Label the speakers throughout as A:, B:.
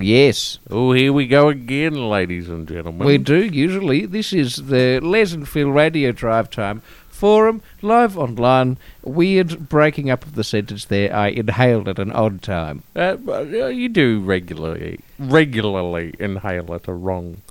A: Yes,
B: Oh, here we go again, ladies and gentlemen.
A: we do usually. This is the Lesenfield Radio Drive Time Forum, live online. Weird breaking up of the sentence there. I inhaled at an odd time.
B: Uh, but, uh, you do regularly, regularly inhale at a wrong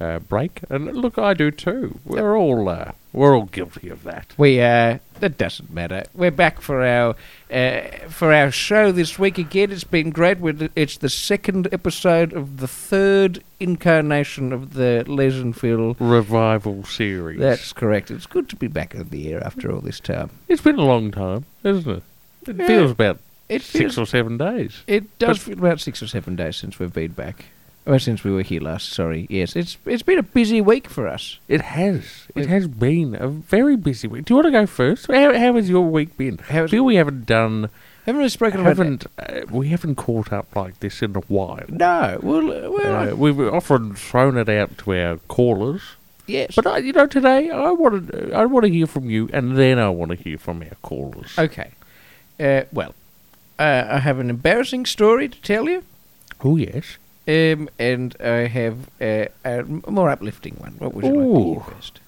B: uh, break, and look, I do too. We're all uh, we're all guilty of that.
A: We uh, that doesn't matter. We're back for our uh, for our show this week again. It's been great. We're th- It's the second episode of the third incarnation of the Lesenfield.
B: Revival series.
A: That's correct. It's good to be back in the air after all this time.
B: it's been a long time, isn't it? It
A: Yeah.
B: feels about
A: It
B: six
A: feels-
B: or seven days.
A: It does feel about six or seven days since we've been back. Well, since we were here last. Sorry. Yes, it's it's been a busy week for us.
B: It has. It
A: It-
B: has been a very busy week. Do you want to go first? How, how has your week been?
A: How
B: I
A: is-
B: feel we haven't done.
A: Haven't we spoken about
B: Haven't uh, we haven't caught up like this in a while?
A: No. Well, uh, well,
B: Uh, we've often thrown it out to our callers,
A: yes.
B: but I, you know, today I want to I want to hear from you, and then I want to hear from our callers.
A: Okay. Uh, well, uh, I have an embarrassing story to tell you,
B: Oh yes,
A: um, and I have uh, a m- more uplifting one. What would you like to
B: Ooh.
A: hear first?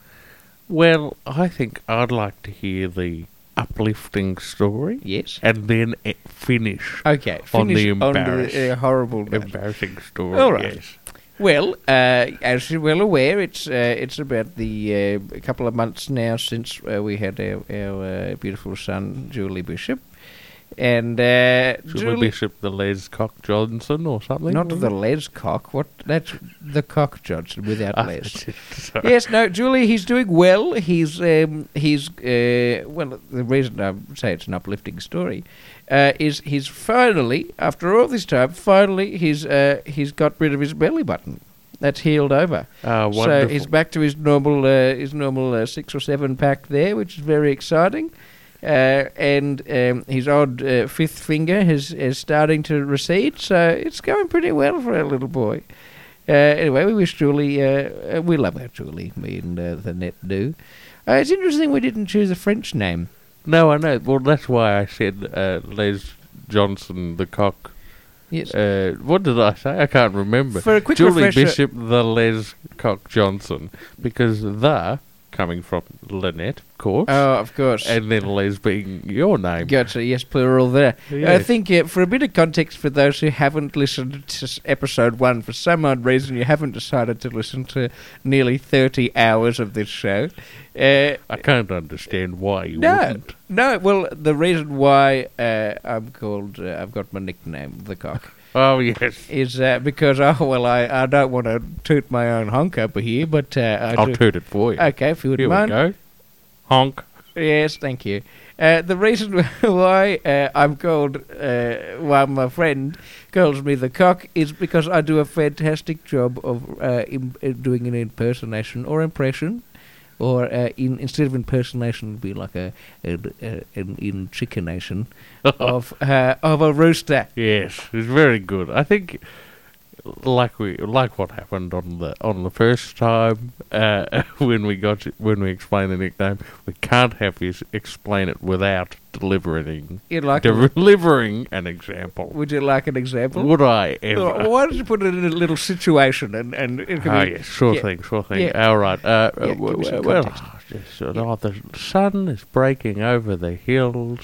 B: well, I think I'd like to hear the uplifting story,
A: Yes.
B: and then e- finish
A: Okay.
B: On the
A: Finish on
B: embarrass-
A: the uh, horrible note.
B: embarrassing story.
A: All right.
B: Yes.
A: Well, uh, as you're well aware, it's uh, it's about the uh, a couple of months now since uh, we had our, our uh, beautiful son Julie Bishop, and uh,
B: Should we
A: Julie,
B: bishop the Les Cock Johnson or something?
A: not the Les cock. What that's the cock Johnson without
B: Ah,
A: Les.
B: sorry.
A: Yes, no, Julie. He's doing well. He's um, he's uh, well. The reason I say it's an uplifting story uh, is he's finally, after all this time, finally he's uh, he's got rid of his belly button. That's healed over.
B: Ah,
A: So
B: wonderful.
A: he's back to his normal uh, his normal uh, six or seven pack there, which is very exciting. Uh, and um, his odd uh, fifth finger is, is starting to recede, so it's going pretty well for our little boy. Uh, anyway, we wish Julie, uh, uh, we love our Julie, me and uh, the net do. Uh, it's interesting we didn't choose a French name.
B: No, I know. Well, that's why I said uh, Les Johnson the cock.
A: Yes.
B: Uh, what did I say? I can't remember.
A: For a quick
B: Julie
A: refresher-
B: Bishop, the Les Cock Johnson, because the coming from Lynette, of course,
A: oh, of course.
B: and then Les being your name.
A: Gotcha. Yes, plural there. I
B: Yes.
A: think uh, for a bit of context for those who haven't listened to s- episode one, for some odd reason you haven't decided to listen to nearly thirty hours of this show. Uh,
B: I can't understand why you
A: no,
B: wouldn't.
A: no. Well, the reason why uh, I'm called, uh, I've got my nickname, the cock,
B: Oh yes,
A: is uh, because oh well, I, I don't want to toot my own honk over here, but uh, I
B: I'll
A: do.
B: toot it for you.
A: Okay, if you would
B: Here we
A: mind.
B: go. Honk.
A: Yes, thank you. Uh, the reason why uh, I'm called, uh, why my friend calls me the cock, is because I do a fantastic job of uh, Im- uh, doing an impersonation or impression, or uh, in instead of impersonation, it'd be like a, a, a an in chickenation of uh, of a rooster.
B: Yes, it's very good. I think, like we like what happened on the on the first time uh, when we got it- when we explained the nickname, we can't have you s- explain it without delivering
A: You'd like? a-
B: delivering an example.
A: would you like an example?
B: Would I
A: Or
B: ever?
A: why don't you put it in a little situation and and it Oh, can
B: Oh
A: be-
B: yes, sure
A: yeah.
B: thing, sure thing.
A: Yeah.
B: All right. Uh,
A: Yeah, give
B: w-
A: me some
B: w- well,
A: context.
B: oh, yes, uh, oh, the sun is breaking over the hills.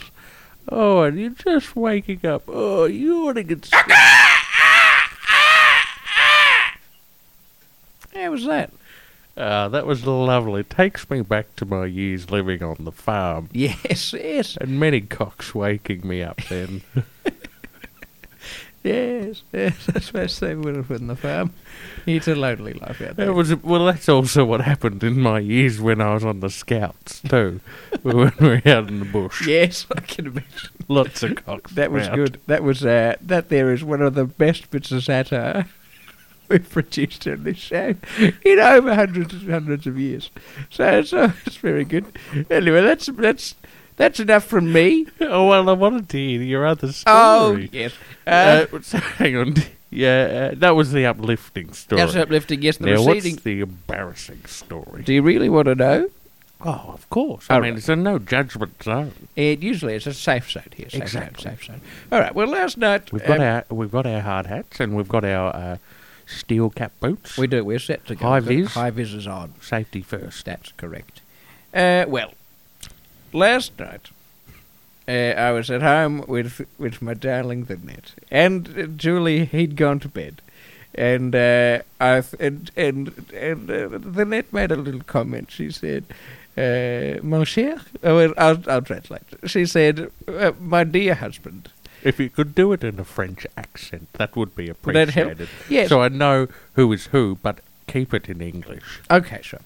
B: Oh, and you're just waking up. Oh, you ought to get.
A: How was that?
B: Ah, that was lovely. Takes me back to my years living on the farm.
A: Yes, yes.
B: And many cocks waking me up then.
A: Yes, yes, that's where they would have been the farm. It's a lonely life out
B: that
A: there.
B: was well. That's also what happened in my years when I was on the scouts too, when we were out in the bush.
A: Yes, I can imagine.
B: Lots of cocks.
A: That was
B: around.
A: good. That was uh, that. There is one of the best bits of satire we've produced on this show in over hundreds and hundreds of years. So, so it's very good. Anyway, that's that's that's enough from me.
B: Oh well, I wanted to hear your other story.
A: Oh yes, uh,
B: Uh, so hang on. Yeah, uh, that was the
A: Uh,
B: uplifting story.
A: that's uplifting. Yes, the
B: now, what's
A: receding.
B: the embarrassing story?
A: Do you really want to know?
B: Oh, of course. I
A: All
B: mean,
A: right.
B: it's a no judgment zone.
A: It usually is a safe zone here. Safe
B: Exactly.
A: Zone, safe zone. All right. Well, last night
B: We've got
A: um,
B: our we've got our hard hats and we've got our uh, steel cap boots.
A: we do. We're set to go.
B: High vis?
A: High vis is on.
B: safety first.
A: That's correct. Uh, well, last night uh, I was at home with with my darling the net and uh, Julie. He'd gone to bed, and uh, I th- and and and uh, the net made a little comment. She said. Uh, mon cher, oh, well, I'll, I'll translate. She said, uh, "My dear husband."
B: If you could do it in a French accent, that would be
A: Would that help?
B: appreciated.
A: Yes.
B: So I know who is who, but keep it in English.
A: Okay, sure.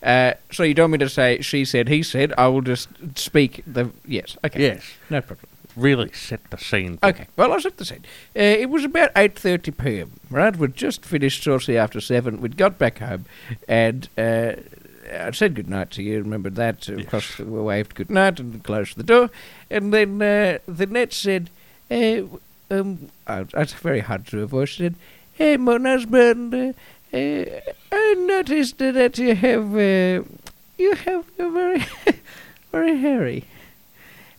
A: Uh, so you don't want me to say she said, he said? I will just speak the yes. Okay.
B: Yes.
A: No problem.
B: Really set the scene.
A: Okay. Well, I set the scene. Uh, it was about eight thirty p.m. Right, we'd just finished shortly after seven. We'd got back home, and uh, I said good night to you. Remembered that? Of
B: Yes.
A: course, we waved good night and closed the door. And then uh, the net said, uh, um, I, "That's very hard to avoid." She said, "Hey, my husband, uh, uh, I noticed that you have uh, you have a very very hairy."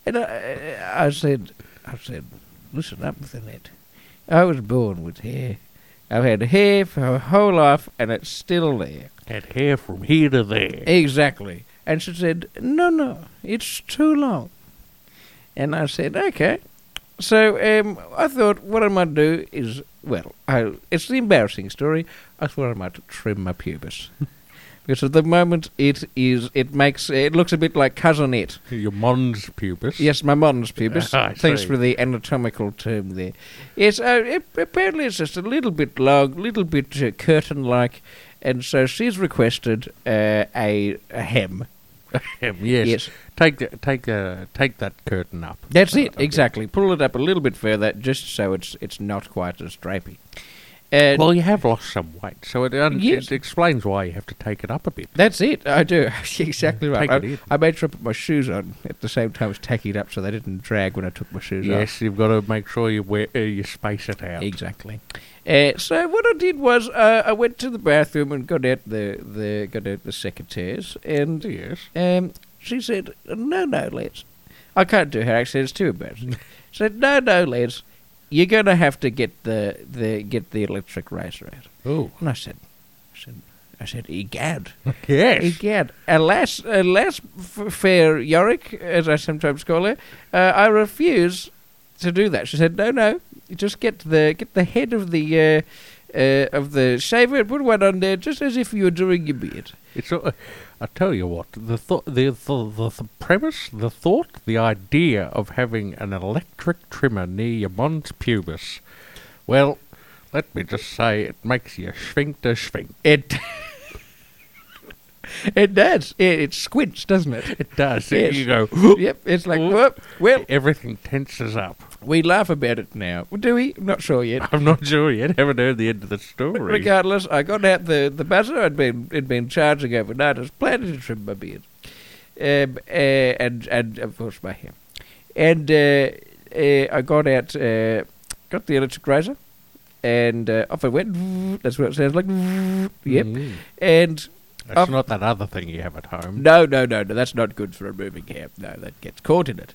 A: And I, I said, I said, listen up with it. I was born with hair. I've had hair for my whole life, and it's still there.
B: Had hair from here to there.
A: Eh. Exactly. And she said, no, no, it's too long. And I said, okay. So um, I thought, what I might do is, well, I, it's the embarrassing story. I thought I might trim my pubis. because at the moment it is, it makes, it looks a bit like cousinette.
B: Your mons pubis.
A: Yes, my mons pubis.
B: I
A: Thanks
B: see.
A: for the anatomical term there. Yes, uh, ap- apparently it's just a little bit long, little bit uh, curtain-like, and so she's requested uh, a, a hem.
B: Him, yes.
A: Yes.
B: Take the, take uh, take that curtain up.
A: That's it,
B: Okay.
A: exactly. Pull it up a little bit further, just so it's it's not quite as drapey. Uh,
B: Well, you have lost some weight, so it, un-
A: Yes.
B: it explains why you have to take it up a bit.
A: that's it. I do exactly right.
B: Take
A: I,
B: it in.
A: I made sure I put my shoes on at the same time as tacking it up, so they didn't drag when I took my shoes off.
B: Yes, you've got to make sure you wear, uh, you space it out.
A: Exactly. Uh, so what I did was uh, I went to the bathroom and got out the, the got out the secretaires and
B: Yes.
A: um, she said, "No, no, Les, I can't do her accent; it's too embarrassing." she said, "No, no, Les, you're gonna have to get the, the get the electric razor out."
B: Oh.
A: And I said, I said, I said, "Egad."
B: Yes.
A: Again, alas, alas, f- fair Yorick, as I sometimes call her, uh, I refuse to do that. She said, "No, no, you just get the get the head of the uh, uh, of the shaver and put one on there, just as if you were doing your beard."
B: It's. Uh, I tell you what, the, thought, the, the, the the premise, the thought, the idea of having an electric trimmer near your mons pubis. Well, let me just say, it makes you schwink to schwink.
A: It it does. It, it squints, doesn't it?
B: It does.
A: Yes.
B: You go.
A: yep. It's like,
B: Oh.
A: whoop. well,
B: Everything tenses up.
A: we laugh about it now, do we? I'm not sure yet.
B: I'm not sure yet. Haven't heard the end of the story.
A: Regardless, I got out the, the buzzer. I'd been it'd been charging overnight. I was planning to trim my beard, um, uh, and and of course my hair. And uh, uh, I got out, uh, got the electric razor, and uh, off I went. That's what it sounds like. Yep.
B: Mm.
A: And
B: That's
A: Up-
B: not that other thing you have at home.
A: no, no, no, no. That's not good for removing hair. No, that gets caught in it.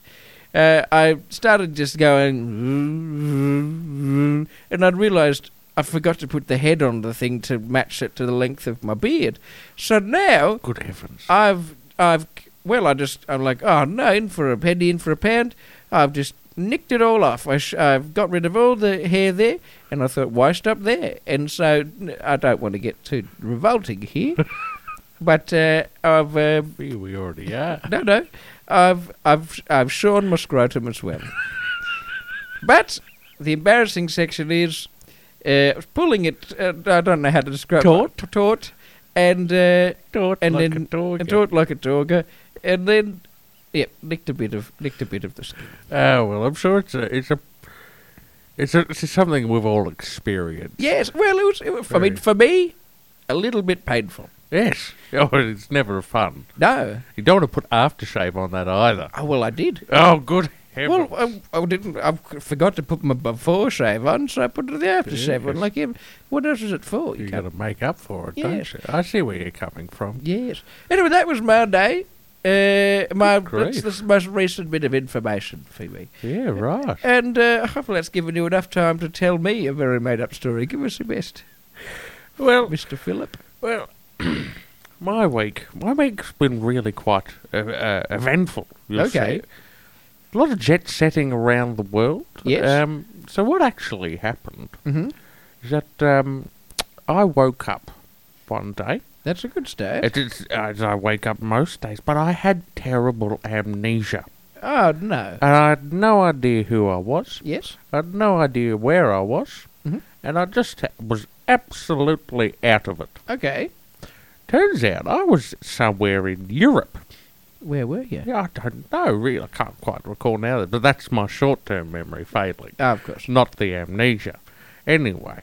A: Uh, I started just going, and I realised I forgot to put the head on the thing to match it to the length of my beard. So now
B: Good
A: Uh,
B: heavens.
A: I've, I've, well, I just, I'm like, oh no, in for a penny, in for a pound. I've just nicked it all off. I sh- I've got rid of all the hair there, and I thought, why stop there? And so n- I don't want to get too revolting here, but uh, I've. Uh,
B: Here we already are.
A: no, no. I've I've I've shorn my scrotum as well. but the embarrassing section is uh, pulling it. Uh, I don't know how to describe
B: Taut?
A: it. Taut, and uh, and
B: like
A: then
B: a dog.
A: and taut like a dogger, and then yeah, nicked a bit of nicked a bit of the skin.
B: Oh well, I'm sure it's a it's a it's, a, it's something we've all experienced.
A: Yes, well, it was. It was I mean,
B: Very.
A: for me, a little bit painful.
B: Yes. Oh, it's never fun.
A: No,
B: You don't want to put aftershave on that either.
A: oh well, I did.
B: Oh, good heavens.
A: Well, I, I didn't. I forgot to put my before shave on, so I put the after shave on.
B: Yes.
A: Like, yeah, what else is it for?
B: you
A: can't-
B: got to make up for it,
A: Yes.
B: don't you? I see where you're coming from.
A: Yes. Anyway, that was my day. Uh, my,
B: Good grief.
A: that's the most recent bit of information for me.
B: Yeah, right.
A: And uh, hopefully that's given you enough time to tell me a very made-up story. Give us your best,
B: Well,
A: Mr. Philip.
B: well, my week, my week's been really quite uh, uh, eventful. You'll
A: Okay.
B: say. A lot of jet setting around the world.
A: Yes.
B: Um, so what actually happened
A: Mm-hmm.
B: is that um, I woke up one day.
A: That's a good start.
B: It is, as I wake up most days, but I had terrible amnesia.
A: oh no.
B: And I had no idea who I was.
A: yes.
B: I had no idea where I was.
A: Mhm.
B: And I just ha- was absolutely out of it.
A: Okay.
B: Turns out I was somewhere in Europe.
A: Where were you?
B: Yeah, I don't know, really. I can't quite recall now, but that's my short term memory failing,
A: Ah, of course.
B: not the amnesia. Anyway,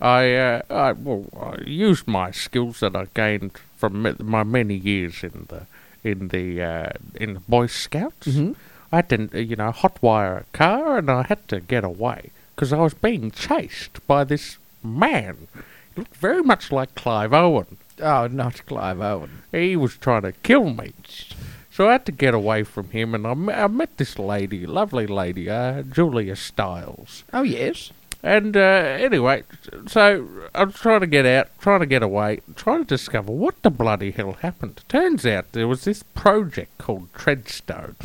B: I, uh, I, well, I used my skills that I gained from ma- my many years in the in the uh, in the Boy Scouts.
A: Mhm.
B: I had to, uh, you know, hotwire a car, and I had to get away because I was being chased by this man. He looked very much like Clive Owen.
A: Oh, not Clive Owen.
B: He was trying to kill me. So I had to get away from him, and I me- I met this lady, lovely lady, uh, Julia Stiles.
A: Oh yes.
B: And uh, anyway, so I was trying to get out, trying to get away, trying to discover what the bloody hell happened. Turns out there was this project called Treadstone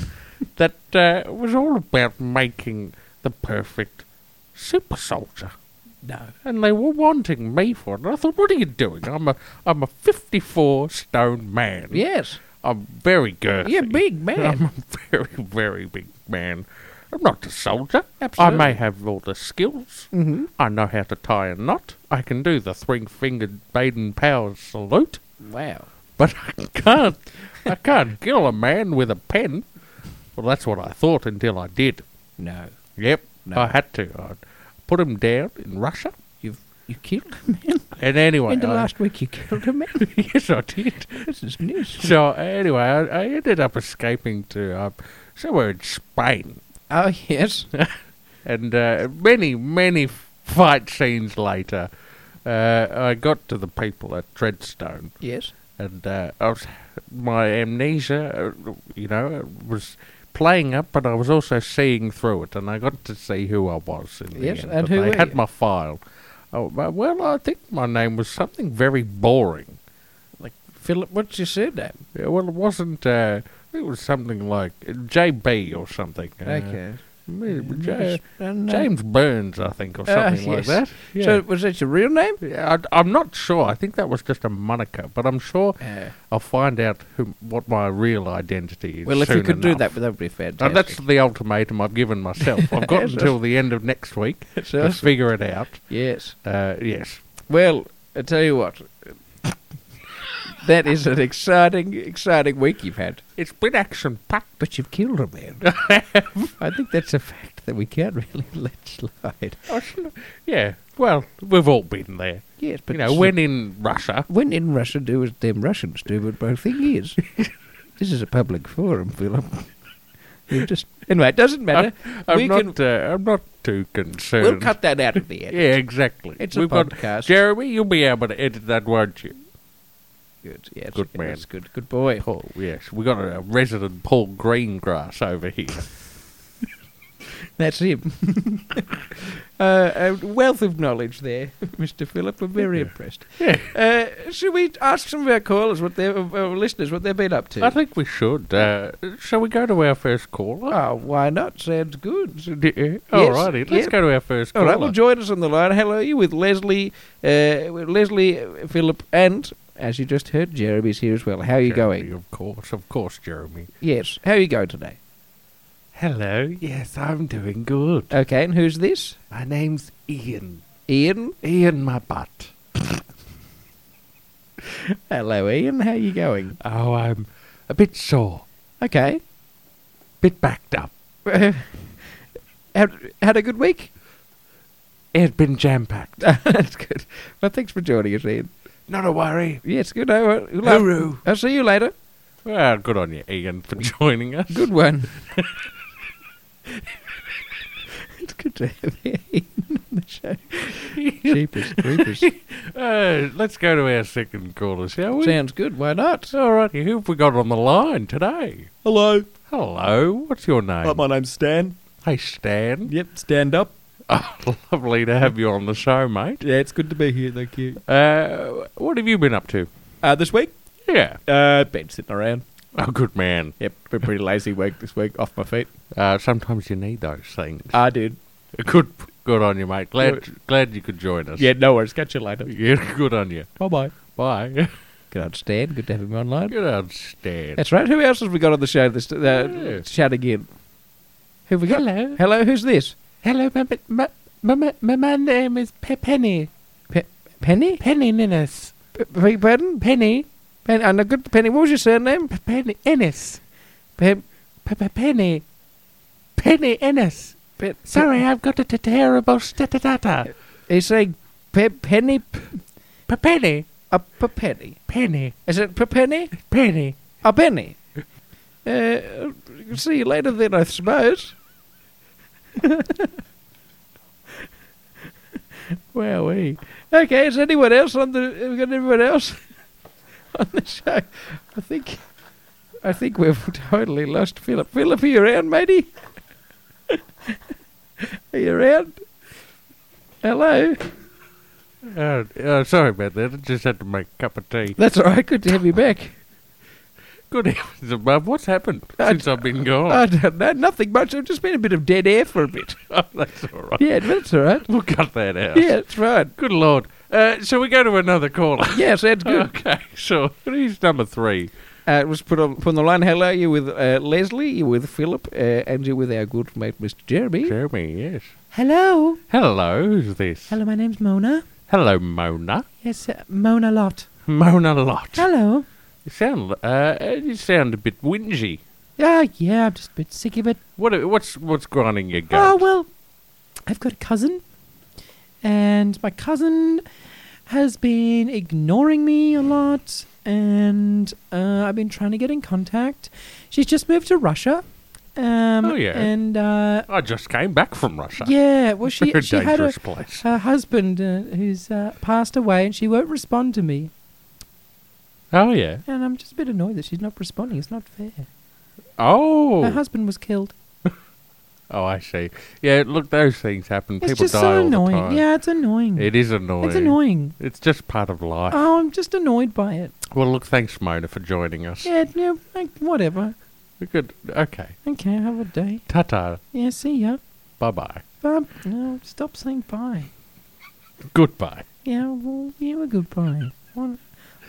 B: that uh, was all about making the perfect super soldier
A: No.
B: and they were wanting me for it. And I thought, what are you doing? I'm a I'm a 54 stone man.
A: Yes.
B: I'm very girthy.
A: You're a big man.
B: I'm a very very big man. I'm not a soldier.
A: Absolutely.
B: I may have all the skills.
A: Mm-hmm.
B: I know how to tie a knot. I can do the three-fingered Baden Powell salute,
A: Wow.
B: but I can't. I can't kill a man with a pen. Well, that's what I thought until I did.
A: No.
B: Yep,
A: No.
B: I had to. I put him down in Russia.
A: You've you killed a man.
B: And anyway,
A: In the
B: I-
A: last week, you killed a man.
B: yes, I did.
A: this is news.
B: So anyway, I, I ended up escaping to uh, somewhere in Spain,
A: Oh yes.
B: and uh, many, many fight scenes later, uh, I got to the people at Treadstone,
A: Yes.
B: and uh, I was my amnesia, uh, you know, was playing up, but I was also seeing through it, and I got to see who I was. In the
A: Yes,
B: end,
A: and
B: but
A: who
B: they
A: were
B: had
A: you?
B: my file. Oh, but- well, I think my name was something very boring.
A: Like Philip, what's your surname?
B: Yeah, well, it wasn't. Uh, it was something like uh, JB or something. Uh,
A: okay.
B: maybe
A: Mm,
B: J-
A: yes. Uh, no.
B: James Burns, I think, or
A: Ah,
B: something like
A: yes.
B: that. Yeah.
A: So was that your real name?
B: yeah, I, am not sure. I think that was just a moniker, but I'm sure
A: Uh,
B: I'll find out who, what my real identity is.
A: well, if you
B: soon
A: could do
B: enough.
A: that, that would be fantastic.
B: And that's the ultimatum I've given myself. I've got
A: Yes.
B: until the end of next week to
A: Yes.
B: figure it out.
A: yes.
B: Uh, yes.
A: Well, I tell you what. that is an exciting, exciting week you've had.
B: It's been action packed.
A: But you've killed a man. I think that's a fact that we can't really let slide.
B: Yeah. Well, we've all been there.
A: Yes, but
B: you know, when in Russia,
A: when in Russia do as them Russians do, but my thing is, this is a public forum, Philip. You just anyway, it doesn't matter.
B: I'm
A: we
B: not.
A: can
B: uh, I'm not too concerned.
A: we'll cut that out of the
B: Yeah,
A: end.
B: exactly.
A: It's a podcast.
B: Jeremy, you'll be able to edit that, won't you?
A: Good, yes,
B: Good man.
A: That's good, good boy.
B: Paul, yes. We got a resident Paul Greengrass over here.
A: That's him. uh, a wealth of knowledge there, Mr. Philip. I'm very
B: Yeah.
A: impressed.
B: Yeah.
A: Uh, should we ask some of our callers what their uh, listeners what they've been up to?
B: I think we should. Uh, shall we go to our first caller?
A: oh, why not? Sounds good.
B: Alrighty, let's
A: yeah.
B: go to our first
A: All
B: caller.
A: right, well, join us on the line. Hello, you with Leslie, uh, with Leslie, uh, Philip, and as you just heard, Jeremy's here as well. How are you
B: Jeremy,
A: going?
B: Of course, of course, Jeremy.
A: Yes, how are you going today?
B: Hello, yes, I'm doing good.
A: Okay, and who's this?
B: My name's Ian.
A: Ian.
B: Ian, my butt.
A: Hello, Ian. How are you going?
B: Oh, I'm a bit sore,
A: Okay.
B: bit backed up.
A: had, had a good week?
B: It's been jam packed.
A: That's good. Well, thanks for joining us, Ian.
B: Not a worry.
A: Yes, good. I, will
B: Hooroo.
A: I'll see you later.
B: Well, good on you, Ian, for joining us.
A: Good one. it's good to have you in the show.
C: Jeepers, creepers.
B: Uh, let's go to our second caller, shall we?
A: Sounds good. Why not?
B: All right, who have we got on the line today?
C: Hello.
B: Hello, what's your name?
C: Uh, my name's Stan.
B: hey, Stan.
C: Yep, stand up.
B: Oh, lovely to have you on the show, mate.
C: Yeah, it's good to be here. Thank you.
B: Uh, what have you been up to?
C: Uh, this week,
B: Yeah.
C: uh, been sitting around.
B: Oh, good man.
C: Yep, been pretty lazy week this week, off my feet.
B: Uh, sometimes you need those things.
C: I did.
B: Good, good on you, mate. Glad, glad you could join us.
C: Yeah, no worries. Catch you later.
B: Yeah, good on you.
C: Bye bye.
B: Bye.
A: Good on Stan. Good to have him online.
B: Good on Stan.
A: That's right. Who else have we got on the show? This uh,
B: Yeah.
A: chatting in. Who have we got?
B: Hello.
A: Hello. Who's this?
B: Hello, my, my, my, my, my name is Pe- Penny.
A: Pe- Penny.
B: Penny Ninnis.
A: P- P- pardon?
B: Penny.
A: Penny. I know. Good. Penny. What was your surname?
B: P- Penny Ennis.
A: Pe-
B: P- P- Penny. Penny Ennis.
A: Pe-
B: Sorry, I've got a t- terrible statata.
A: He's saying pe- Penny.
B: P- Penny.
A: A p- penny.
B: Penny.
A: Is it p- penny?
B: Penny.
A: A penny. Uh, see you later then, I suppose. Wowee. Okay, is anyone else on the? Have we got anyone else on the show? I think, I think we've totally lost Philip. Philip, are you around, matey? are you around? Hello.
B: Uh, uh, sorry about that. I just had to make a cup of tea.
A: That's all right. Good to have you back.
B: Good heavens above. What's happened
A: I-
B: since I've been gone?
A: I don't know. Ah, Nothing much. I've just been a bit of dead air for a bit.
B: oh, that's all right.
A: Yeah, that's all right.
B: We'll cut that out.
A: Yeah, that's right.
B: Good lord. Uh, shall we go to another caller?
A: Yeah, sounds good.
B: okay, sure. Who's number three?
A: Uh, it was put on, put on the line. Hello, you with uh, Leslie, you with Philip, uh, and you with our good mate Mr. Jeremy.
B: Jeremy, yes.
D: Hello.
B: Hello, who's this?
D: Hello, my name's Mona.
B: Hello, Mona.
D: Yes, uh, Mona Lot.
B: Mona Lot.
D: Hello.
B: You sound, uh, you sound a bit whingy.
D: Ah, yeah, I'm just a bit sick of it.
B: What, what's, what's grinding your
D: Oh,
B: gut?
D: well, I've got a cousin, and my cousin has been ignoring me a lot, and uh, I've been trying to get in contact. She's just moved to Russia. Um,
B: Oh, yeah.
D: And, uh,
B: I just came back from Russia.
D: yeah, well, she,
B: Very
D: she had a,
B: dangerous place.
D: her husband uh, who's uh, passed away, and she won't respond to me.
B: Oh, yeah.
D: And I'm just a bit annoyed that she's not responding. It's not fair. Her
B: Oh.
D: husband was killed.
B: Oh, I see. Yeah, look, those things happen.
D: It's
B: People
D: just
B: die
D: so
B: all the
D: annoying.
B: time.
D: Yeah, it's annoying.
B: It is annoying.
D: It's annoying.
B: It's just part of life.
D: Oh, I'm just annoyed by it.
B: Well, look, thanks, Mona, for joining us.
D: Yeah, yeah like, whatever.
B: We're Good. Okay.
D: Okay, have a day.
B: Ta ta.
D: Yeah, see ya.
B: Bye bye.
D: But no, stop saying bye.
B: Goodbye.
D: Yeah, well, yeah, we're goodbye. Well,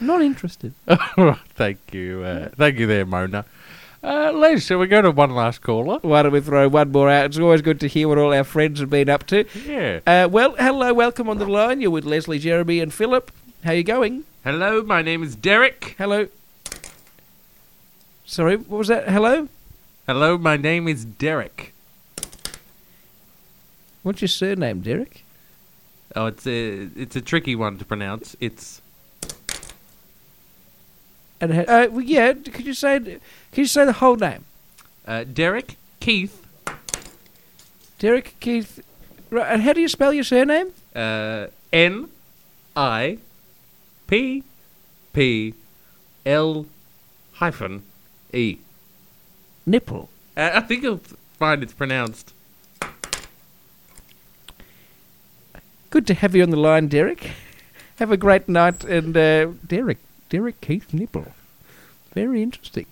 D: I'm not interested.
B: All right. Thank you. Uh, thank you there, Mona. Uh, Les, shall we go to one last caller?
A: Why don't we throw one more out? It's always good to hear what all our friends have been up to.
B: Yeah.
A: Uh, well, hello, welcome on the line. You're with Leslie, Jeremy, and Philip. How you going?
B: Hello, my name is Derek.
A: Hello. Sorry, what was that? Hello.
B: Hello, my name is Derek.
A: What's your surname, Derek?
B: Oh, it's a it's a tricky one to pronounce. It's
A: And ha- uh, well, yeah, d- could you say could you say the whole name?
B: uh, Derek Keith.
A: Derek Keith. Right, and how do you spell your surname?
B: Uh, N I P P L hyphen E.
A: Nipple.
B: Uh, I think you'll find it's pronounced.
A: Good to have you on the line, Derek. Have a great night, and uh, Derek, Derek Keith Nipple. Very interesting.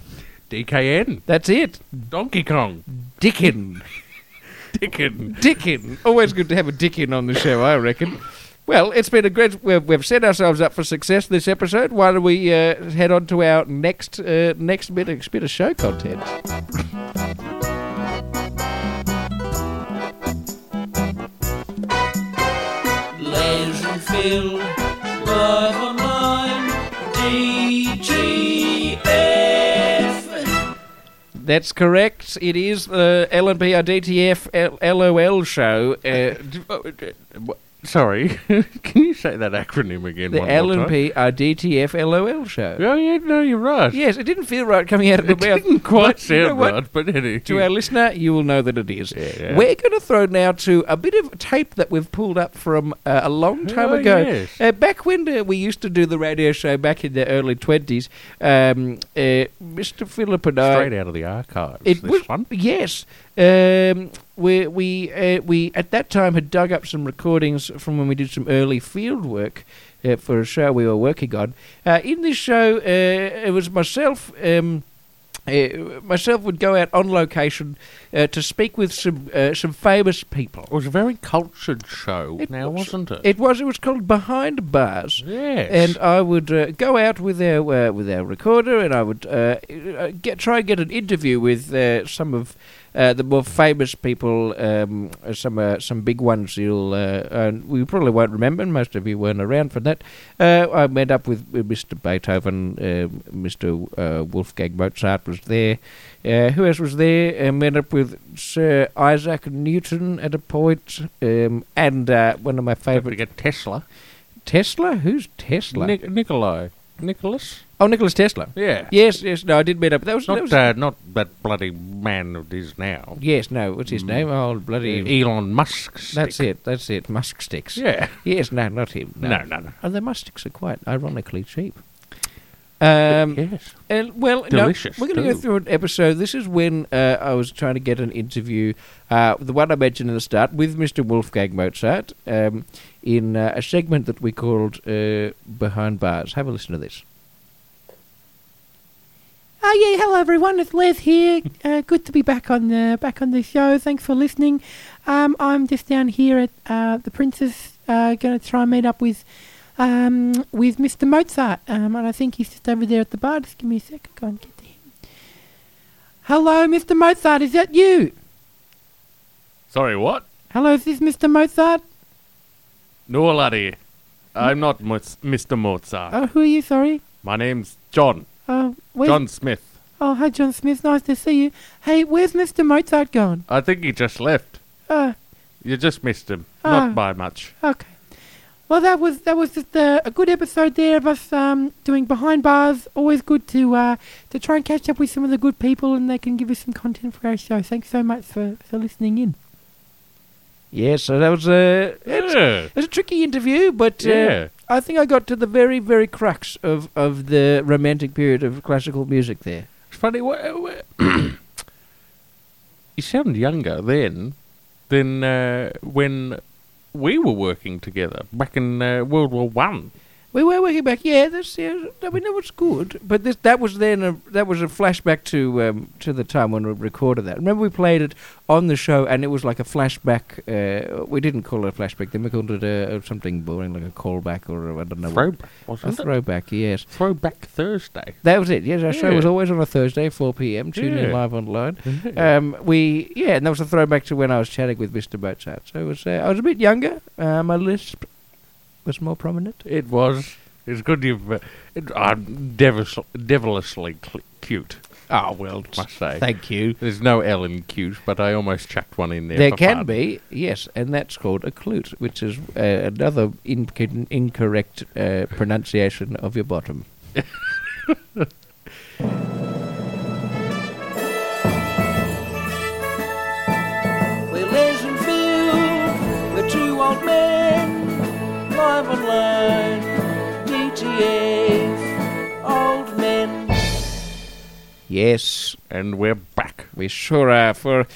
B: DKN.
A: That's it.
B: Donkey Kong.
A: Dickin.
B: Dickin.
A: Dickin. Always good to have a Dickin on the show, I reckon. Well, it's been a great. We've, we've set ourselves up for success this episode. Why don't we uh, head on to our next uh, next bit of, bit of show content?
E: Les and Phil, Love Online, DGF.
A: That's correct. It is the LNPRDTF L- LOL show. Uh, d- oh, d- wha-
B: Sorry, can you say that acronym again?
A: The
B: one
A: L
B: more
A: and
B: time?
A: P are DTF LOL show.
B: Oh yeah, no, you're right.
A: Yes, it didn't feel right coming out of the
B: it
A: mouth.
B: didn't quite
A: but you know
B: sound
A: what?
B: right, but it is.
A: To our listener, you will know that it is.
B: Yeah, yeah.
A: We're going to throw now to a bit of tape that we've pulled up from uh, a long time
B: Oh,
A: ago.
B: yes.
A: Uh, back when uh, we used to do the radio show back in the early 20s, um, uh, Mr. Philip and I.
B: Straight out of the archives.
A: It
B: this
A: was-
B: one.
A: Yes, um, we we uh, we at that time had dug up some recordings from when we did some early field work uh, for a show we were working on. Uh, in this show, uh, it was myself. Um, uh, myself would go out on location uh, to speak with some uh, some famous people.
B: It was a very cultured show.
A: It
B: now,
A: was-
B: was, not it?
A: It was it was called Behind Bars.
B: yes.
A: And I would uh, go out with our uh, with our recorder, and I would uh, uh, get try and get an interview with uh, some of uh, the more famous people, um, uh, some uh, some big ones. You'll uh, and we probably won't remember. and Most of you weren't around for that. Uh, I met up with uh, Mr. Beethoven, uh, Mr. Uh, Wolfgang Mozart was there. Uh, who else was there? I met up with Sir Isaac Newton at a point, um, and uh, one of my
B: Don't
A: favourite
B: forget Tesla.
A: Tesla. Who's Tesla?
B: Ni- Nikolai. Nicholas?
A: Oh, Nicholas Tesla.
B: Yeah.
A: Yes, yes. No, I did meet up. That was, that
B: Not,
A: was
B: uh, not that bloody man that is now.
A: yes. No, what's
B: Mm.
A: his name? Oh, bloody.
B: Elon Musk's.
A: That's it. That's it. Musk sticks.
B: Yeah.
A: Yes. No, not him. No,
B: No, no, no.
A: And the musk sticks are quite ironically cheap. Um,
B: yes.
A: And well,
B: Delicious,
A: No, we're going to go
B: too.
A: through an episode. This is when uh, I was trying to get an interview, uh, the one I mentioned in the start, with Mr. Wolfgang Mozart um, in uh, a segment that we called uh, Behind Bars. Have a listen to this.
F: Oh yeah, hello everyone. It's Les here. Uh, good to be back on the back on the show. Thanks for listening. Um, I'm just down here at uh, the Princess. Uh, going to try and meet up with um, with Mr. Mozart. Um, and I think he's just over there at the bar. Just give me a second. Go and get to him. Hello, Mr. Mozart. Is that you?
B: Sorry, what?
F: Hello, is this Mr. Mozart?
B: No, laddie. I'm not Mr. Mozart.
F: Oh, who are you? Sorry.
B: My name's John.
F: Oh, where's
B: John Smith.
F: Oh, hi, John Smith. Nice to see you. Hey, where's Mr. Mozart gone?
B: I think he just left.
F: Oh,
B: You just missed him.
F: Ah.
B: Not by much.
F: Okay. Well, that was that was just a, a good episode there of us um, doing behind bars. Always good to uh, to try and catch up with some of the good people, and they can give us some content for our show. Thanks so much for, for listening in.
A: Yes, so that was a. it's-
B: yeah.
A: It was a tricky interview, but uh,
B: Yeah.
A: I think I got to the very, very crux of, of the romantic period of classical music there.
B: It's funny. Wh- wh- you sound younger then than uh, when we were working together back in uh, World War One.
A: We were working back, yeah. That's yeah, I mean that was good, but this that was then a that was a flashback to um, to the time when we recorded that. Remember we played it on the show, and it was like a flashback. Uh, we didn't call it a flashback then; we called it a, something boring like a callback or I I don't know. what-
B: Throwback,
A: a
B: wasn't it?
A: throwback, yes.
B: Throwback Thursday.
A: That was it. Yes, our show
B: Yeah.
A: was always on a Thursday, four p.m. Tune in
B: Yeah.
A: live online.
B: Uh,
A: Um, we yeah, and that was a throwback to when I was chatting with Mr. Mozart. So it was uh, I was a bit younger. Uh, my lisp was more prominent.
B: it was. It's good you've. Uh, it, I'm devil- devilishly cl- cute,
A: Oh well,
B: must say.
A: thank you.
B: There's no L in cute, but I almost chucked one in there.
A: There
B: for
A: can
B: fun.
A: be yes, and that's called a clute, which is uh, another inc- incorrect uh, pronunciation of your bottom.
G: We Les and Phil, we're two old men, live online, DTF, old men.
A: Yes,
B: And we're back.
A: we sure are for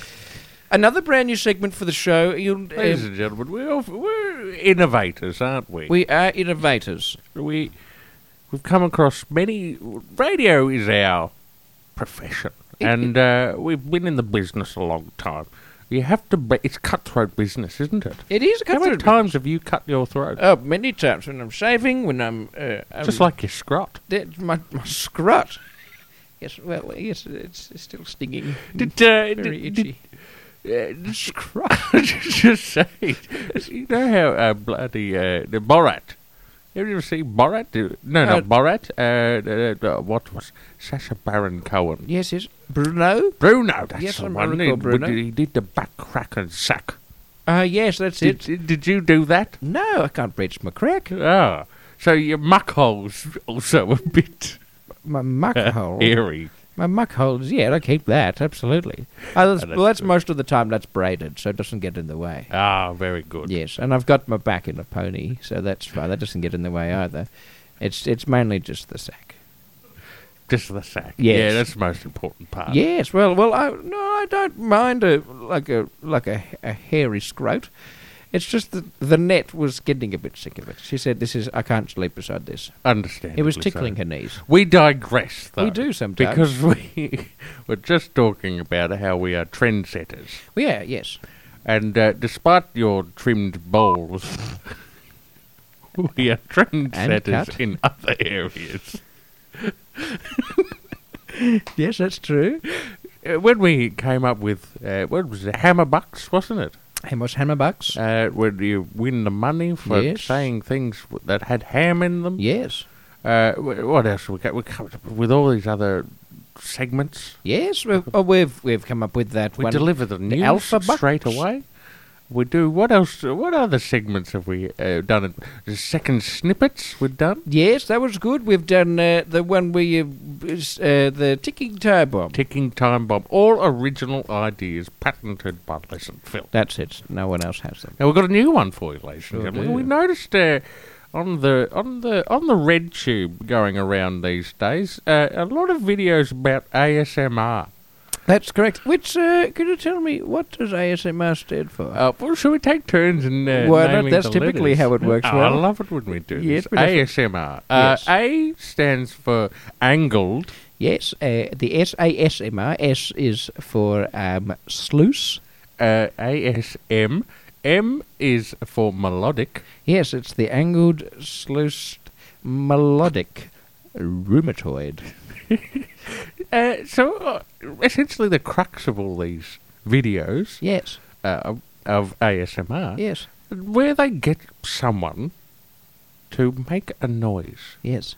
A: another brand new segment for the show. You'll, uh,
B: Ladies and gentlemen, we're, off- we're innovators, aren't we?
A: we are innovators.
B: we we've come across many. Radio is our profession, and uh, we've been in the business a long time. You have to. Be, it's cutthroat business, isn't it?
A: It is a
B: How many
A: cutthroat
B: times have you cut your throat?
A: Oh, many times when I'm shaving, when I'm uh,
B: Just
A: um,
B: like your scrot.
A: that, my, my scrot. Yes, well, yes, it's, it's still stinging.
B: Did, uh,
A: Very
B: did,
A: itchy.
B: did, uh, scrot? just say. You know how uh, bloody uh, the Borat. Have you ever seen Borat? Do- No,
A: Uh,
B: not Borat. Uh, uh, uh, what was Sacha Baron Cohen?
A: Yes, yes. Bruno?
B: Bruno, that's
A: Yes,
B: the
A: I'm
B: one.
A: Miracle
B: He,
A: Bruno.
B: he did the back crack and sack.
A: Uh, yes, that's
B: Did,
A: it.
B: did you do that?
A: No, I can't reach my crack.
B: Ah, so your muck hole's also a bit
A: My muck
B: Uh,
A: hole.
B: hairy.
A: My muck holes. Yeah, I keep that absolutely. Uh, that's,
B: that's
A: well, that's
B: good.
A: most of the time. That's braided, so it doesn't get in the way.
B: Ah, very good.
A: Yes, and I've got my back in a pony, so that's fine. That doesn't get in the way either. It's it's mainly just the sack.
B: Just the sack. Yeah,
A: Yes.
B: that's the most important
A: Uh,
B: part.
A: Yes, well, well, I no, I don't mind a like a like a, a hairy scrote. It's just that the net was getting a bit sick of it. She said, "This is I can't sleep beside this."
B: Understand.
A: It was tickling her knees.
B: We digress, though.
A: We do sometimes.
B: Because we were just talking about how we are trendsetters.
A: Well, yeah, yes.
B: And uh, despite your trimmed bowls, we are trendsetters
A: cut.
B: in other areas.
A: Yes, that's true.
B: Uh, when we came up with, uh, what was it, Hammer Bucks, wasn't it?
A: Hemos Hammerbucks.
B: Uh, where you win the money for
A: Yes.
B: saying things w- that had ham in them.
A: yes.
B: Uh, wh- what else? We got? We come up with all these other segments.
A: Yes, we've, oh, we've we've come up with that
B: We
A: one.
B: deliver the news
A: Alpha Bucks.
B: straight away. We do what else? What other segments have we uh, done? The second snippets we've done.
A: yes, that was good. We've done uh, the one where you is, uh, the ticking time bomb.
B: Ticking time bomb. All original ideas patented by Lesson Phil.
A: that's it. No one else has them.
B: Now we've got a new one for you, ladies and
A: Oh,
B: gentlemen. We
A: dear.
B: noticed uh, on the on the on the red tube going around these days uh, a lot of videos about ASMR.
A: That's correct. Which uh, could you tell me what does ASMR stand for?
B: Uh, well, should we take turns and uh,
A: Why not?
B: naming
A: That's
B: the
A: typically
B: letters?
A: how it works,
B: Oh, I
A: Will.
B: love it when we do
A: Yes, we
B: this. ASMR. Uh,
A: Yes.
B: A stands for angled.
A: yes, uh, the S A S M R S is for um, sluice.
B: Uh, ASM. M is for melodic.
A: Yes, it's the angled, sluiced, melodic, rheumatoid.
B: Uh, so uh, essentially, the crux of all these videos
A: Yes,
B: uh, of- of ASMR,
A: yes,
B: where they get someone to make a noise.
A: yes.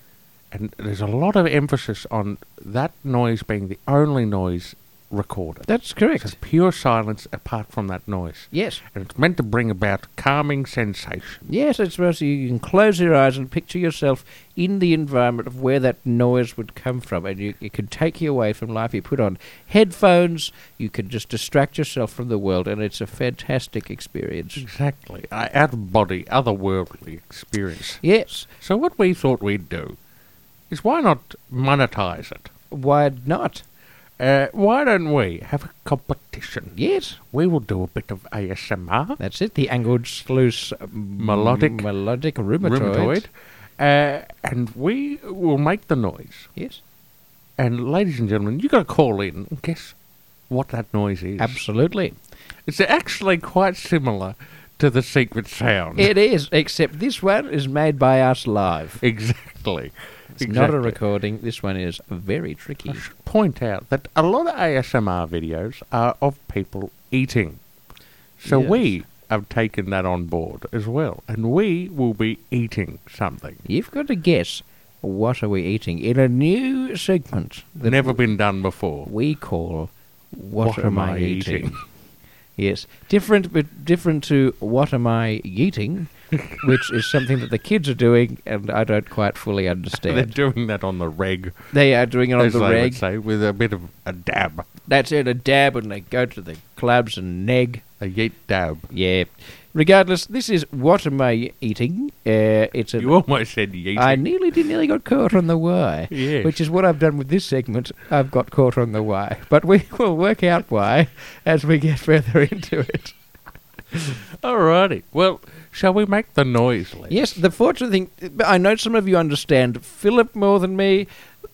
B: And there's a lot of emphasis on that noise being the only noise recorded.
A: That's
B: It's
A: correct.
B: pure silence apart from that noise.
A: Yes,
B: And it's meant to bring about calming sensation.
A: yes. It's where you can close your eyes and picture yourself in the environment of where that noise would come from, and you, it can take you away from life. You put on headphones, you can just distract yourself from the world, and it's a fantastic experience.
B: Exactly. Uh, out of body, otherworldly experience.
A: Yes.
B: So, what we thought we'd do is why not monetize it?
A: Why not?
B: Uh, why don't we have a competition?
A: Yes.
B: We will do a bit of ASMR,
A: That's it. The angled sluice uh,
B: Melodic-
A: m- melodic rheumatoid.
B: rheumatoid, uh, and we will make the noise.
A: Yes.
B: And, ladies and gentlemen, you got to call in and guess what that noise is.
A: Absolutely.
B: It's actually quite similar to the secret sound.
A: it is, except this one is made by us live.
B: Exactly.
A: It's not a
B: Exactly.
A: recording. This one is very tricky.
B: I should point out that a lot of ASMR videos are of people eating. So
A: Yes.
B: we have taken that on board as well. And we will be eating something.
A: You've got to guess what are we eating in a new segment that
B: Never been done before.
A: we call What, Am I Eating? Yes, different, but different to what am I eating, which is something that the kids are doing, and I don't quite fully understand.
B: They're doing that on the reg,
A: They are doing it on
B: as
A: the
B: they would
A: reg.
B: say, with a bit of a dab,
A: That's it, a dab, and they go to the clubs and neg.
B: a yeet dab.
A: Yeah. Regardless, this is what am I eating? Uh, it's a.
B: You almost said yeeting.
A: I nearly did, nearly got caught on the why,
B: Yes.
A: which is what I've done with this segment. I've got caught on the why, but we will work out why as we get further into it.
B: Alrighty. Well, shall we make the noise? Lee?
A: Yes, the fortunate thing, I know some of you understand Philip more than me.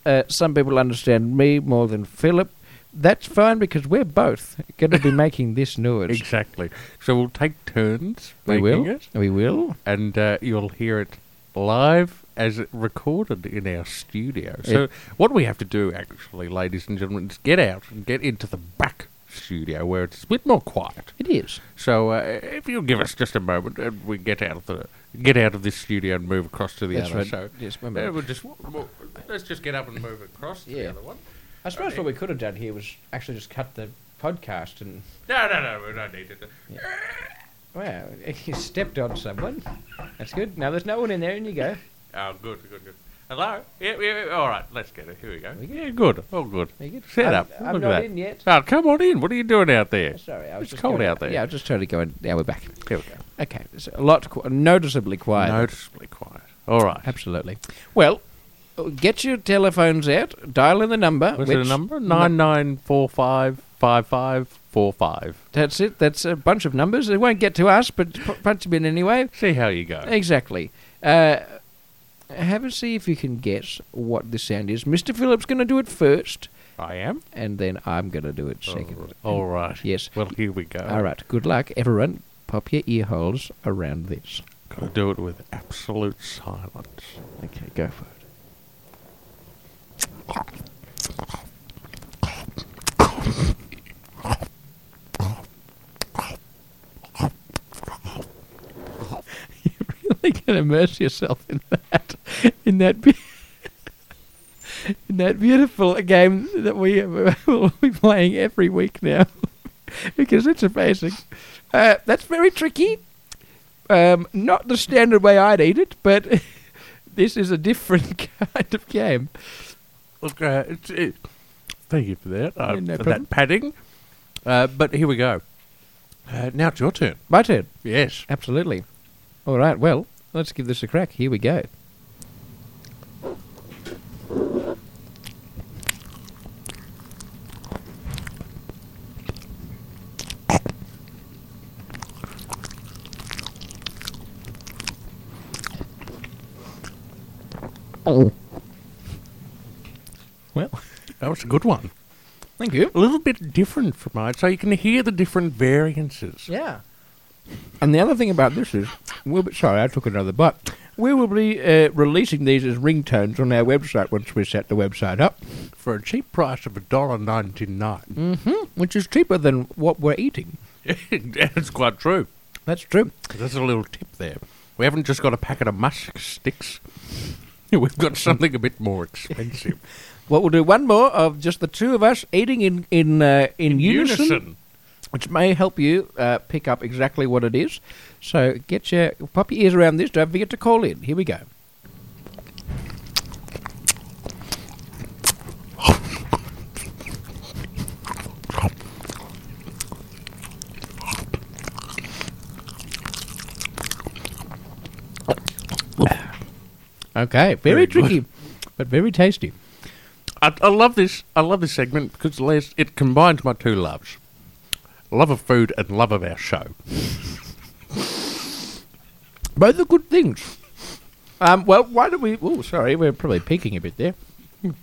A: Uh, some people understand me more than Philip. That's fine because we're both going to be making this noise.
B: Exactly. So we'll take turns
A: We
B: making
A: will.
B: it.
A: We will.
B: and uh, you'll hear it live as it recorded in our studio. So
A: Yeah.
B: what we have to do, actually, ladies and gentlemen, is get out and get into the back studio where it's a bit more quiet.
A: It is.
B: So uh, if you'll give us just a moment, and we get out of the get out of this studio and move across to the
A: That's
B: other.
A: right.
B: So
A: Yes, one
B: uh,
A: minute.
B: we'll just w- w- let's just get up and move across to the
A: Yeah.
B: other one.
A: I suppose what we could have done here was actually just cut the podcast and
B: No, no, no, we don't need it.
A: Wow, you stepped on someone. That's good. Now there's no one in there, and you go.
B: Oh, good, good, good. Hello? Yeah, yeah, yeah. All right, let's get it. Here we go.
A: We
B: Yeah, good. Oh, good.
A: Are you good?
B: Set
A: I'm-
B: up.
A: I'm
B: Look at
A: not
B: that.
A: in yet.
B: Oh, come on in. What are you doing out there?
A: Sorry, I was
B: It's
A: just
B: cold
A: going-
B: out there.
A: Yeah, I was just trying to go. In. Now we're back.
B: Here we go.
A: Okay, it's a lot qu- noticeably quiet.
B: Noticeably quiet. All right.
A: Absolutely. Well, uh, get your telephones out. Dial in the number.
B: What's
A: which,
B: the number? Nine nine four five five five four five.
A: That's it. That's a bunch of numbers. They won't get to us, but p- punch them in anyway.
B: See how you go.
A: Exactly. Uh, have a see if you can guess what the sound is. Mr. Phillips going to do it first,
B: I am.
A: and then I'm going to do it second.
B: All right.
A: Yes.
B: Well, here we go.
A: All right. Good luck, everyone. Pop your ear holes around this.
B: Got to do it with absolute silence.
A: Okay, go for it. You're really gonna immerse yourself in that, in that, be- in that beautiful game that we will be playing every week now, because it's amazing. Uh, that's very tricky. Um, not the standard way I'd eat it, but this is a different kind of game.
B: Look, uh, it's, it, thank you for that. Uh,
A: Yeah, no
B: for
A: problem.
B: that padding. Uh, but here we go. Uh, now it's your turn.
A: My turn.
B: Yes.
A: Absolutely. All right, well, let's give this a crack. Here we go.
B: That was a good one.
A: Thank you.
B: A little bit different from mine, so you can hear the different variances.
A: Yeah. And the other thing about this is, we'll be, sorry, I took another bite. We will be uh, releasing these as ringtones on our website once we set the website up,
B: For a cheap price of a dollar ninety nine.
A: which is cheaper than what we're eating.
B: Mm-hmm. That's quite true.
A: That's true.
B: There's a little tip there. We haven't just got a packet of musk sticks. We've got something a bit more expensive.
A: Well, we'll do one more of just the two of us eating in in uh, in, unison,
B: Unison.
A: which may help you uh, pick up exactly what it is. So get your pop your ears around this. Don't forget to call in. Here we go. Okay, very,
B: Very good.
A: tricky, but very tasty.
B: I, I love this. I love this segment because Les, it combines my two loves: love of food and love of our show.
A: Both are good things. Um, well, why don't we? Oh, sorry, we're probably peaking a bit there.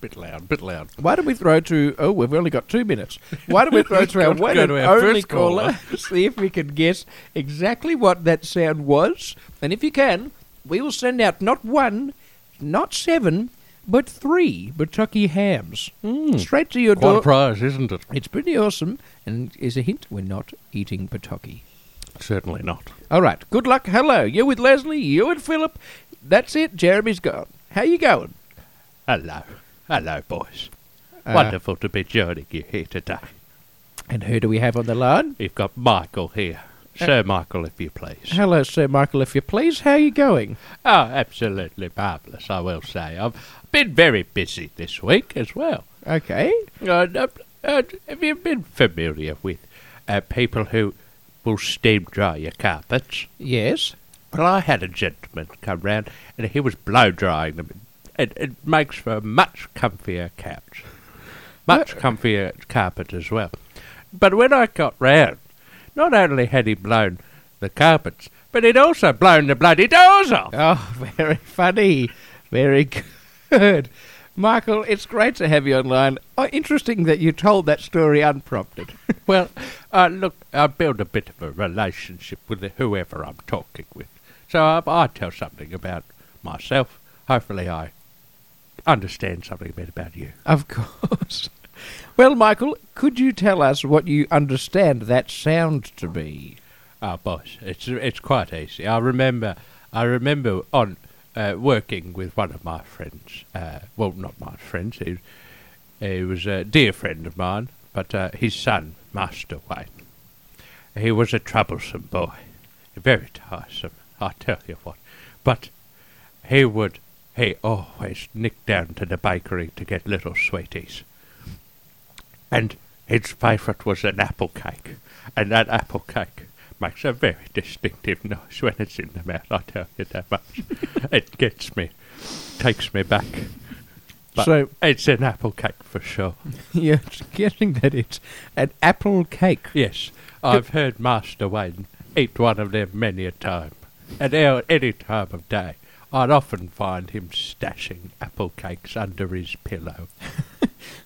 B: bit loud, bit loud.
A: Why don't we throw to? Oh, we've only got two minutes. Why don't we throw to our
B: Go
A: one
B: to
A: and
B: our
A: only
B: first caller.
A: caller? See if we can guess exactly what that sound was, and if you can, we will send out not one, not seven, but three Kentucky hams straight to your
B: Hmm. Quite a
A: door.
B: prize, isn't it?
A: It's pretty awesome, and is a hint we're not eating Kentucky.
B: Certainly not.
A: All right, good luck. Hello, you with Leslie, you and Philip. That's it. Jeremy's gone. How you going?
B: Hello, hello, boys.
A: Uh,
B: Wonderful to be joining you here today.
A: And who do we have on the line?
B: You've got Michael here, Sir Michael, if you please.
A: Hello, Sir Michael, if you please. How you going?
B: Oh, absolutely marvellous, I will say. I've been very busy this week as well.
A: Okay.
B: Uh, uh, uh, have you been familiar with uh, people who will steam dry your carpets?
A: Yes.
B: Well, I had a gentleman come round and he was blow drying them. It, it makes for a much comfier couch, much comfier carpet as well. But when I got round, not only had he blown the carpets, but he'd also blown the bloody doors off.
A: Oh, very funny. Very good. Michael, it's great to have you online. Oh, interesting that you told that story unprompted.
B: Well, uh, look, I build a bit of a relationship with whoever I'm talking with. So I, I tell something about myself. Hopefully, I understand something a bit about you.
A: of course. Well, Michael, could you tell us what you understand that sound to be?
B: Oh, boss, it's it's quite easy. I remember, I remember on uh, working with one of my friends. Uh, well, not my friends. He, he was a dear friend of mine, but uh, his son, Master Wayne. He was a troublesome boy. very tiresome, I tell you what. But he would, he always nicked down to the bakery to get little sweeties. And his favourite was an apple cake, and that apple cake makes a very distinctive noise when it's in the mouth, I tell you that much. it gets me, takes me back. But
A: So-
B: it's an apple cake for sure.
A: You're getting that it's an apple cake.
B: Yes, I've heard Master Wayne eat one of them many a time. At our, any time of day, I'd often find him stashing apple cakes under his pillow.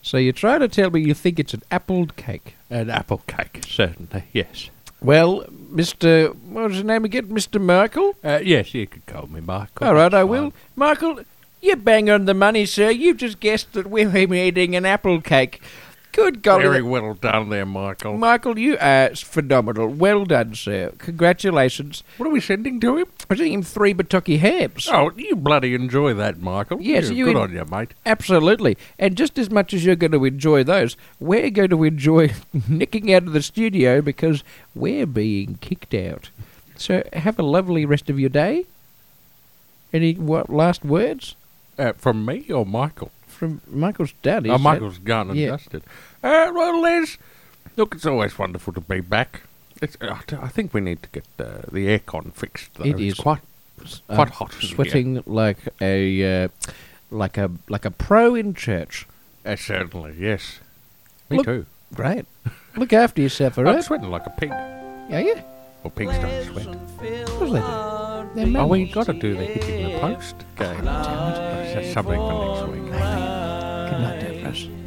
A: So you're trying to tell me you think it's an appled cake?
B: An apple cake, certainly, yes.
A: Well, Mr. What was his name again? Mr. Michael?
B: Uh, yes, you could call me Michael.
A: All right,
B: that's
A: I will.
B: fine.
A: Michael, you bang on the money, sir. You've just guessed that we're eating an apple cake. Good golly.
B: Very well done there, Michael.
A: Michael, you are phenomenal. Well done, sir. Congratulations.
B: what are we sending to him?
A: I sent him three Bataki hams.
B: Oh, you bloody enjoy that, Michael.
A: Yes,
B: Yeah,
A: you
B: good
A: en-
B: on you, mate.
A: Absolutely. And just as much as you're going to enjoy those, we're going to enjoy nicking out of the studio because we're being kicked out. So have a lovely rest of your day. Any what, last words
B: Uh, from me or Michael?
A: from Michael's dad?
B: Oh,
A: is that-
B: Michael's gone and
A: Yeah.
B: dusted. Uh, well, Les, look, it's always wonderful to be back. It's, uh, I t- I think we need to get uh, the aircon fixed. Though.
A: It
B: it's
A: is.
B: quite
A: I'm
B: quite hot. in here.
A: Sweating like a uh, like a like a pro in church.
B: Uh, certainly, yes. Me
A: Look-
B: too.
A: Great. Look after yourself, all
B: I'm
A: right?
B: sweating like a pig. Well,
A: Are you?
B: pigs don't sweat.
A: course they do. They're
B: Oh,
A: mammals.
B: we got to do the hitting the post game. That's something for next week.
A: Good night, Davros.